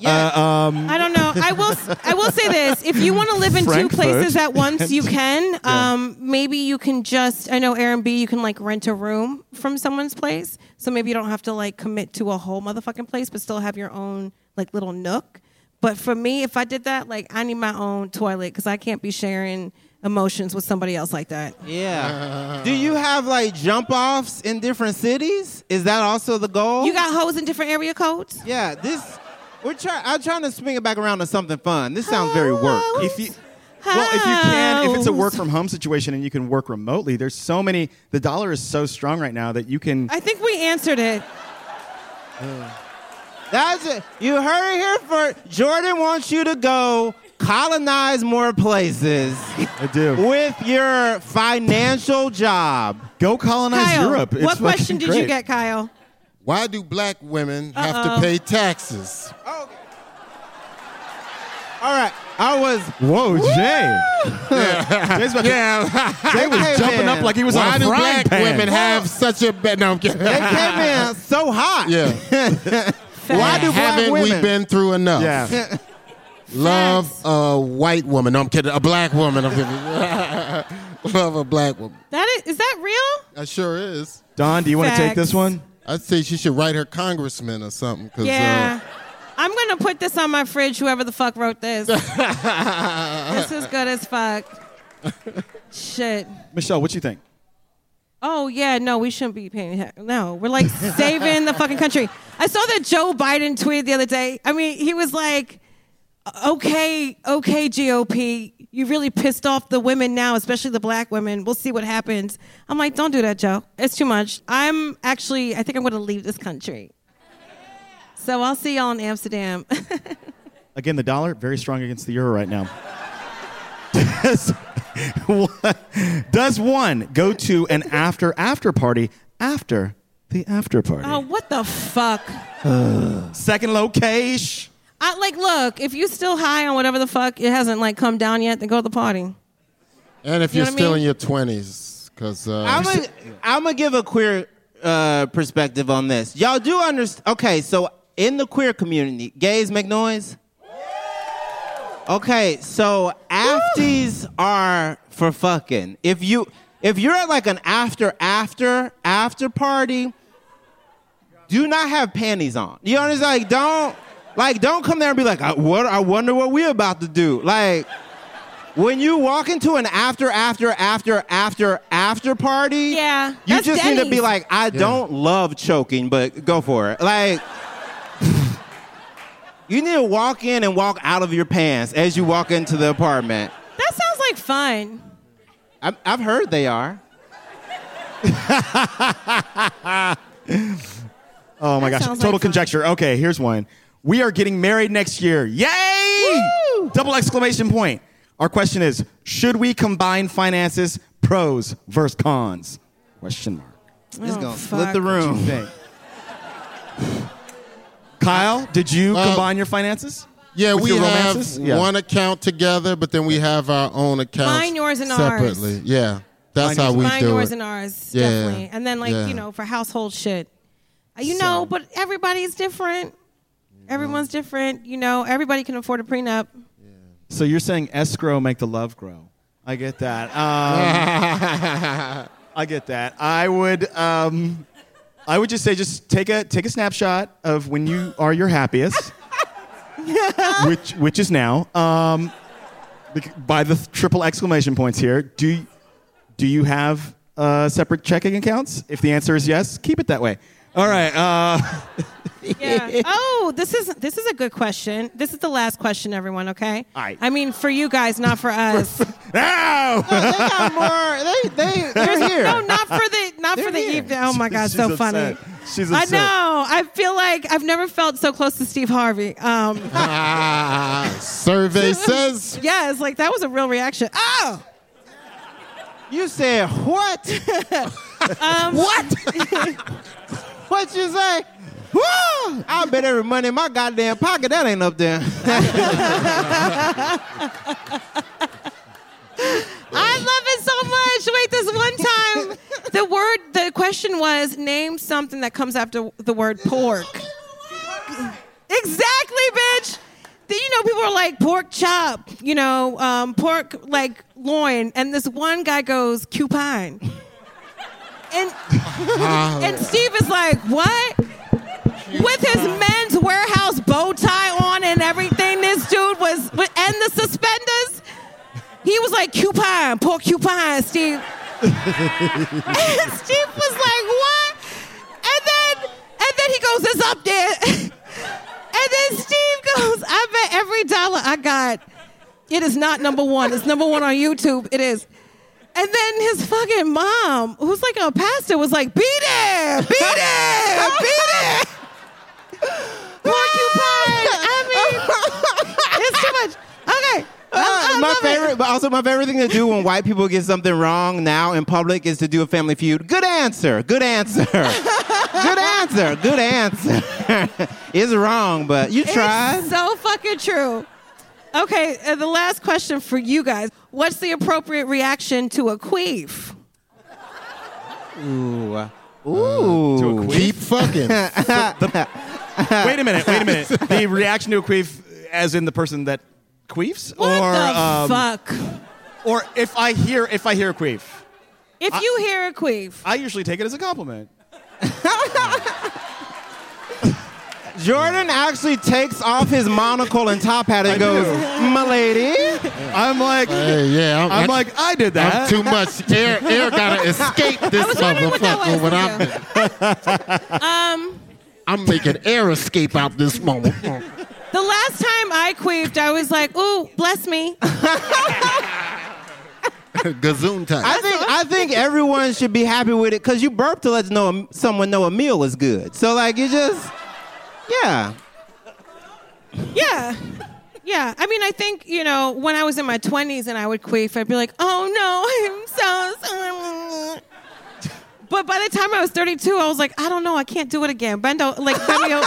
Uh, um, I don't know. I will. I will say this: if you want to live in Frankfurt. two places at once, you can. Um, maybe you can just. I know Airbnb. You can like rent a room from someone's place, so maybe you don't have to like commit to a whole motherfucking place, but still have your own like little nook. But for me, if I did that, like I need my own toilet because I can't be sharing emotions with somebody else like that. Yeah. Do you have like jump offs in different cities? Is that also the goal? Oh. You got hoes in different area codes. yeah. This we're trying. I'm trying to swing it back around to something fun. This sounds very work. Hello? if you, well, if you can, if it's a work Hoes. from home situation and you can work remotely, there's so many. The dollar is so strong right now that you can. I think we answered it. That's it. You heard it here first. Jordan wants you to go colonize more places I do. with your financial job. Go colonize Kyle, Europe. It's what fucking question did you great. get, Kyle? Why do black women have to pay taxes? All right. I was Whoa, Jay. Jay's about to- Jay was Hey, jumping man. up like he was Why on a do frying black pan. women have such a bad? No, I'm kidding. they came in so hot. yeah. Why do black Haven't we women? been through enough? Yeah. Love a white woman. No, I'm kidding. A black woman. I'm kidding. Love a black woman. That is, is that real? That sure is. Don, do you want to take this Facts. one? I'd say she should write her congressman or something. 'cause, uh, Yeah. I'm gonna put this on my fridge. Whoever the fuck wrote this, this is good as fuck. Shit. Michelle, what you think? Oh yeah, no, we shouldn't be paying. he- No, we're like saving the fucking country. I saw that Joe Biden tweet the other day. I mean, he was like, "Okay, okay, GOP, you really pissed off the women now, especially the black women. We'll see what happens." I'm like, "Don't do that, Joe. It's too much." I'm actually, I think I'm going to leave this country. So I'll see y'all in Amsterdam. Again, the dollar very strong against the euro right now. does one, does one go to an after after party after the after party? Oh, what the fuck? Second location. I like look, if you still high on whatever the fuck it hasn't like come down yet, then go to the party. And if You you know are what I still mean? in your 20s, because uh, I'm gonna I'm gonna give a queer uh, perspective on this. Y'all do understand? Okay, so in the queer community, gays make noise. Okay, so afties are for fucking. If you if you're at like an after after after party, do not have panties on. You understand? Like don't like don't come there and be like, I, what? I wonder what we about to do. Like when you walk into an after after after after after party, Yeah, you that's just need to be Denny's. like, I don't love choking, but go for it. Like. You need to walk in and walk out of your pants as you walk into the apartment. That sounds like fun. I've, I've heard they are. Oh my That gosh, sounds total like fun. conjecture. Okay, here's one. We are getting married next year. Yay! Double exclamation point. Our question is, should we combine finances? Pros versus cons? Question mark. It's Oh, gonna fuck. split the room. Thing. Kyle, did you Uh, combine your finances? yeah, with we your have romances? Yeah. one account together, but then we have our own accounts Mine, yours, and ours. separately. Yeah, that's how we Mine, do yours, it. and ours, Yeah. definitely. And then like Yeah. you know for household shit, Uh, you know. But everybody's different. Everyone's different. You know, everybody can afford a prenup. So you're saying escrow make the love grow? I get that. Um, I get that. Um, I would um, I would just say just take a take a snapshot of when you are your happiest. which which is now. Um, bec- by the triple exclamation points here. Do do you have uh, separate checking accounts? If the answer is yes, keep it that way. All right. Uh, Yeah. oh, this is this is a good question. This is the last question, everyone. Okay. All right. I mean, for you guys, not for us. Oh ow! They got more. They they they're here. No, not for the not for the They're here. evening. Oh my god, She's so upset. funny. She's I upset. know. I feel like I've never felt so close to Steve Harvey. Um, Ah, survey says yes, like that was a real reaction. Oh, You said what? what? What you say? Woo! I bet every money in my goddamn pocket that ain't up there. I love it so much. Wait, this one time, the word, the question was name something that comes after the word pork. exactly, bitch. The- You know, people are like pork chop, you know, um, pork like loin, and this one guy goes cupine, and and Steve is like, what? With his men's warehouse bow tie on and everything, this dude was, and the suspenders. He was like cupine, poor cupine, Steve. and Steve was like, what? And then and then he goes, it's up there. and then Steve goes, I bet every dollar I got, it is not number one. It's number one on YouTube. It is. And then his fucking mom, who's like a pastor, was like, beat it, beat it, beat it. Porcupine. I mean, it's too much. Okay. I- I Uh, my love it. favorite, but also my favorite thing to do when white people get something wrong now in public is to do a family feud. Good answer. Good answer. good answer. Good answer. it's wrong, but you tried. It's so fucking true. Okay, and the last question for you guys. What's the appropriate reaction to a queef? Ooh. keep fucking. wait a minute. Wait a minute. The reaction to a queef, as in the person that queefs, What or the um, fuck? or if I hear if I hear a queef, If you hear a queef, I usually take it as a compliment. Jordan actually takes off his monocle and top hat and goes, "My lady." I'm like, hey, yeah, I'm, I'm like, I did that. I'm too much. Air, air gotta escape this was wondering what that was, motherfucker when I'm. yeah. I'm making air escape out this moment. the last time I queefed, I was like, ooh, bless me. Gazoon time. I think I think everyone should be happy with it because you burp to let know someone know a meal is good. So like you just, yeah. Yeah. Yeah, I mean, I think you know when I was in my twenties and I would queef, I'd be like, "Oh no, I'm so." so-" But by the time I was 32, I was like, "I don't know, I can't do it again." Bendo, like Bendo,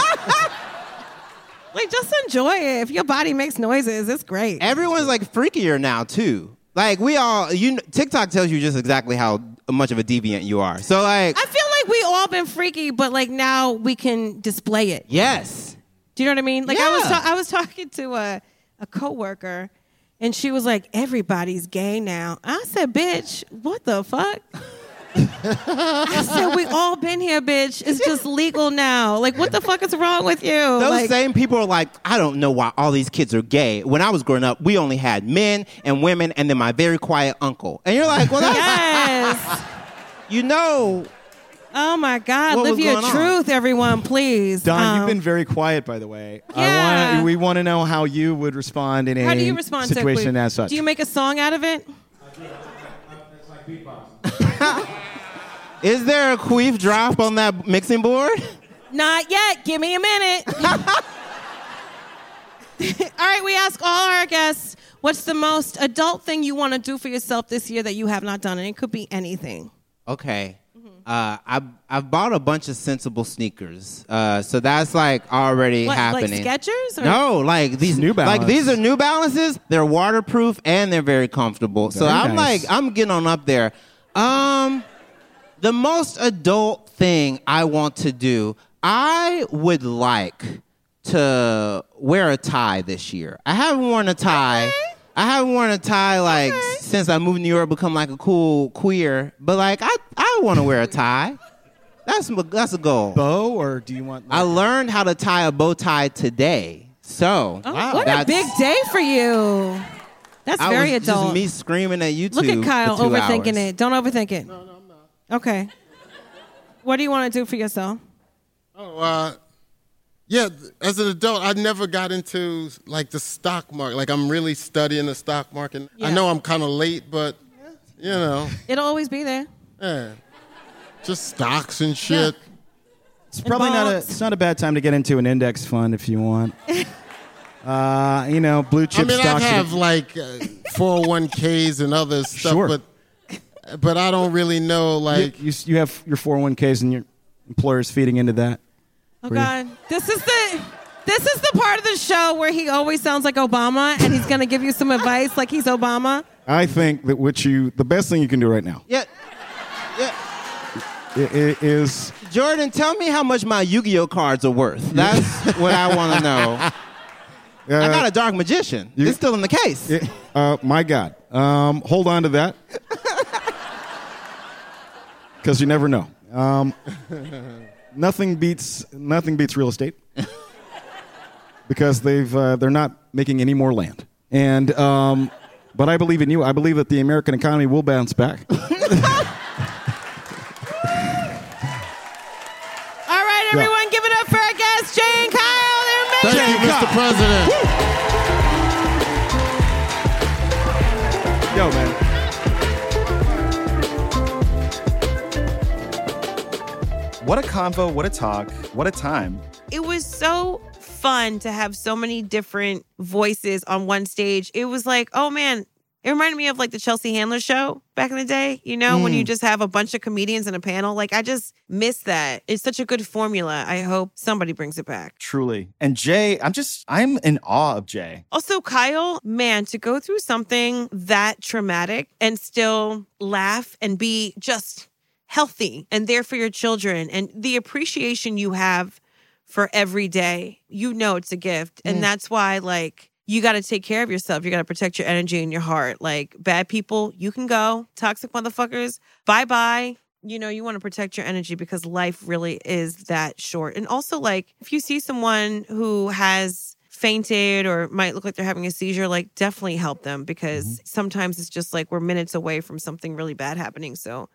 like just enjoy it. If your body makes noises, it's great. Everyone's like freakier now too. Like we all, you kn- TikTok tells you just exactly how much of a deviant you are. So like, I feel like we all been freaky, but like now we can display it. yes, Do you know what I mean? Like I was Yeah. ta- I was talking to a a coworker and she was like everybody's gay now. I said, "Bitch, what the fuck?" I said, "We all been here, bitch. It's just legal now. Like what the fuck is wrong with you?" those like, same people are like, I don't know why all these kids are gay. When I was growing up, we only had men and women, and then my very quiet uncle. And you're like, well, that's, yes. you know, Oh my god, What live was your going on? truth, everyone, please. Don, Um, you've been very quiet, by the way. I Yeah. want we want to know how you would respond in a How do you respond situation to as such. Do you make a song out of it? is there a queef drop on that mixing board? Not yet. Give me a minute. all right, we ask all our guests what's the most adult thing you want to do for yourself this year that you have not done? And it could be anything. Okay. Mm-hmm. Uh, I've, I've bought a bunch of sensible sneakers. Uh, so that's like already What, happening. like Skechers? Or- No, like these New Like these Balance. are New Balances. They're waterproof and they're very comfortable. so Very I'm nice. like I'm getting on up there. Um the most adult thing I want to do, I would like to wear a tie this year. I haven't worn a tie. I haven't worn a tie like since I moved to New York, become like a cool queer. But like I, I want to wear a tie. That's my- that's a goal. bow or do you want? I learned how to tie a bow tie today. So Oh, what a that's- big day for you. That's I very was adult. Just me screaming at you two. Look at Kyle for two overthinking hours. it. Don't overthink it. No, no, I'm not. Okay. What do you want to do for yourself? Oh, uh, yeah. th- As an adult, I never got into like the stock market. Like I'm really studying the stock market. Yeah. I know I'm kind of late, but you know, It'll always be there. yeah. just stocks and shit. It's probably not a. bonds. It's not a bad time to get into an index fund if you want. uh, you know, blue I chip mean, I stocks. have like uh, 401ks and other stuff, Sure. but but I don't really know you, like. you, you have your 401ks and your employer's feeding into that. Oh Were you- God, this is the this is the part of the show where he always sounds like Obama, and he's gonna give you some advice like he's Obama. I think that what you the best thing you can do right now Yeah. Yeah. i- i- is Jordan, tell me how much my Yu-Gi-Oh cards are worth. That's what I want to know. I got a dark magician. you- it's still in the case. i- uh, my God. Um, hold on to that because you never know. Um, nothing beats nothing beats real estate because they've uh, they're not making any more land. And um, but I believe in you. I believe that the American economy will bounce back. All right, Yeah. everyone, give it up for our guests, Jay and Kyle. They're Thank amazing. you, Mr. President. Yo, man. What a convo, what a talk, what a time. It was so fun to have so many different voices on one stage. It was like, oh man, it reminded me of like the Chelsea Handler show back in the day, you know, when you just have a bunch of comedians in a panel. Like, I just miss that. It's such a good formula. I hope somebody brings it back. Truly. And Jay, I'm just, I'm in awe of Jay. Also, Kyle, man, to go through something that traumatic and still laugh and be just healthy and there for your children and the appreciation you have for every day, you know it's a gift. And that's why, like, you got to take care of yourself. You got to protect your energy and your heart. Like, bad people, you can go. Toxic motherfuckers, bye bye. You know, you want to protect your energy because life really is that short. And also, like, if you see someone who has fainted or might look like they're having a seizure, like definitely help them because Mm-hmm. sometimes it's just like we're minutes away from something really bad happening. So,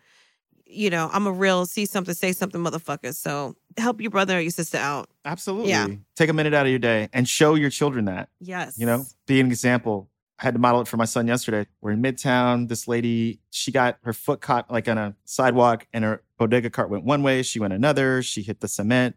you know, I'm a real see something, say something, motherfucker. So help your brother or your sister out. Absolutely. Yeah. Take a minute out of your day and show your children that. Yes. You know, be an example. I had to model it for my son yesterday. We're in Midtown. This lady, she got her foot caught like on a sidewalk, and her bodega cart went one way. She went another. She hit the cement,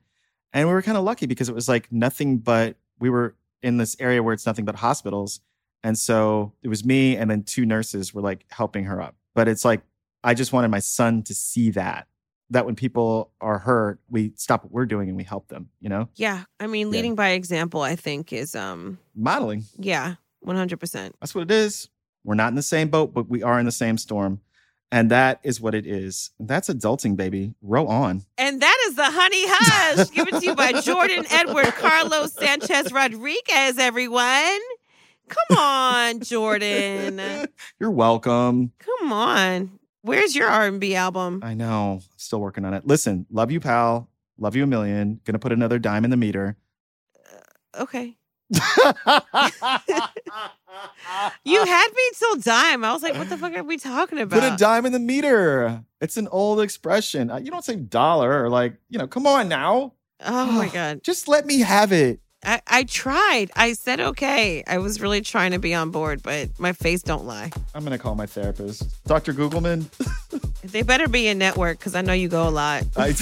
and we were kind of lucky because it was like nothing but we were in this area where it's nothing but hospitals. And so it was me and then two nurses were like helping her up. But it's like, I just wanted my son to see that, that when people are hurt, we stop what we're doing and we help them, you know? Yeah. I mean, leading by example, I think is um Modeling. yeah, 100%. That's what it is. We're not in the same boat, but we are in the same storm. And that is what it is. That's adulting, baby. Row on. And that is the Honey Hush given to you by Jordan Edward Carlos Sanchez Rodriguez, everyone. Come on, Jordan. You're welcome. Come on. Where's your R&B album? I know. Still working on it. Listen, love you, pal. Love you a million. Gonna put another dime in the meter. Okay. You had me till dime. I was like, what the fuck are we talking about? Put a dime in the meter. It's an old expression. Uh, You don't say dollar or like, you know, come on now. oh my god. Just let me have it. I, I tried. I said okay. I was really trying to be on board, but my face don't lie. I'm gonna call my therapist, Dr. Googleman. They better be in network because I know you go a lot. I-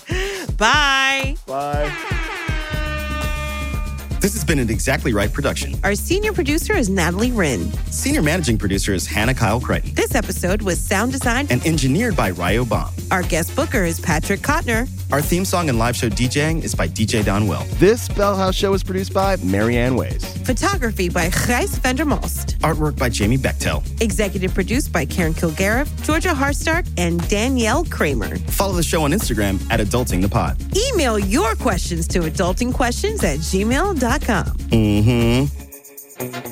Bye. Bye. This has been an Exactly Right production. Our senior producer is Natalie Wren. Senior managing producer is Hannah Kyle Crichton This episode was sound designed. and engineered by Ryo Bomb. Our guest booker is Patrick Kotner. Our theme song and live show DJing is by DJ Don Will. This Bell House show is produced by Marianne Ways. Photography by Gijs Vandermost. Artwork by Jamie Bechtel. Executive produced by Karen Kilgariff, Georgia Harstark, and Danielle Kramer. Follow the show on Instagram at Adulting the Pod. Email your questions to adultingquestions at gmail.com. Mm-hmm.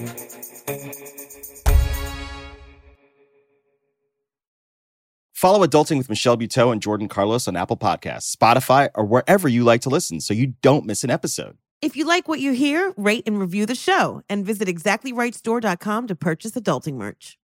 Follow Adulting with Michelle Buteau and Jordan Carlos on Apple Podcasts, Spotify, or wherever you like to listen so you don't miss an episode. If you like what you hear, rate and review the show and visit exactlyrightstore.com to purchase adulting merch.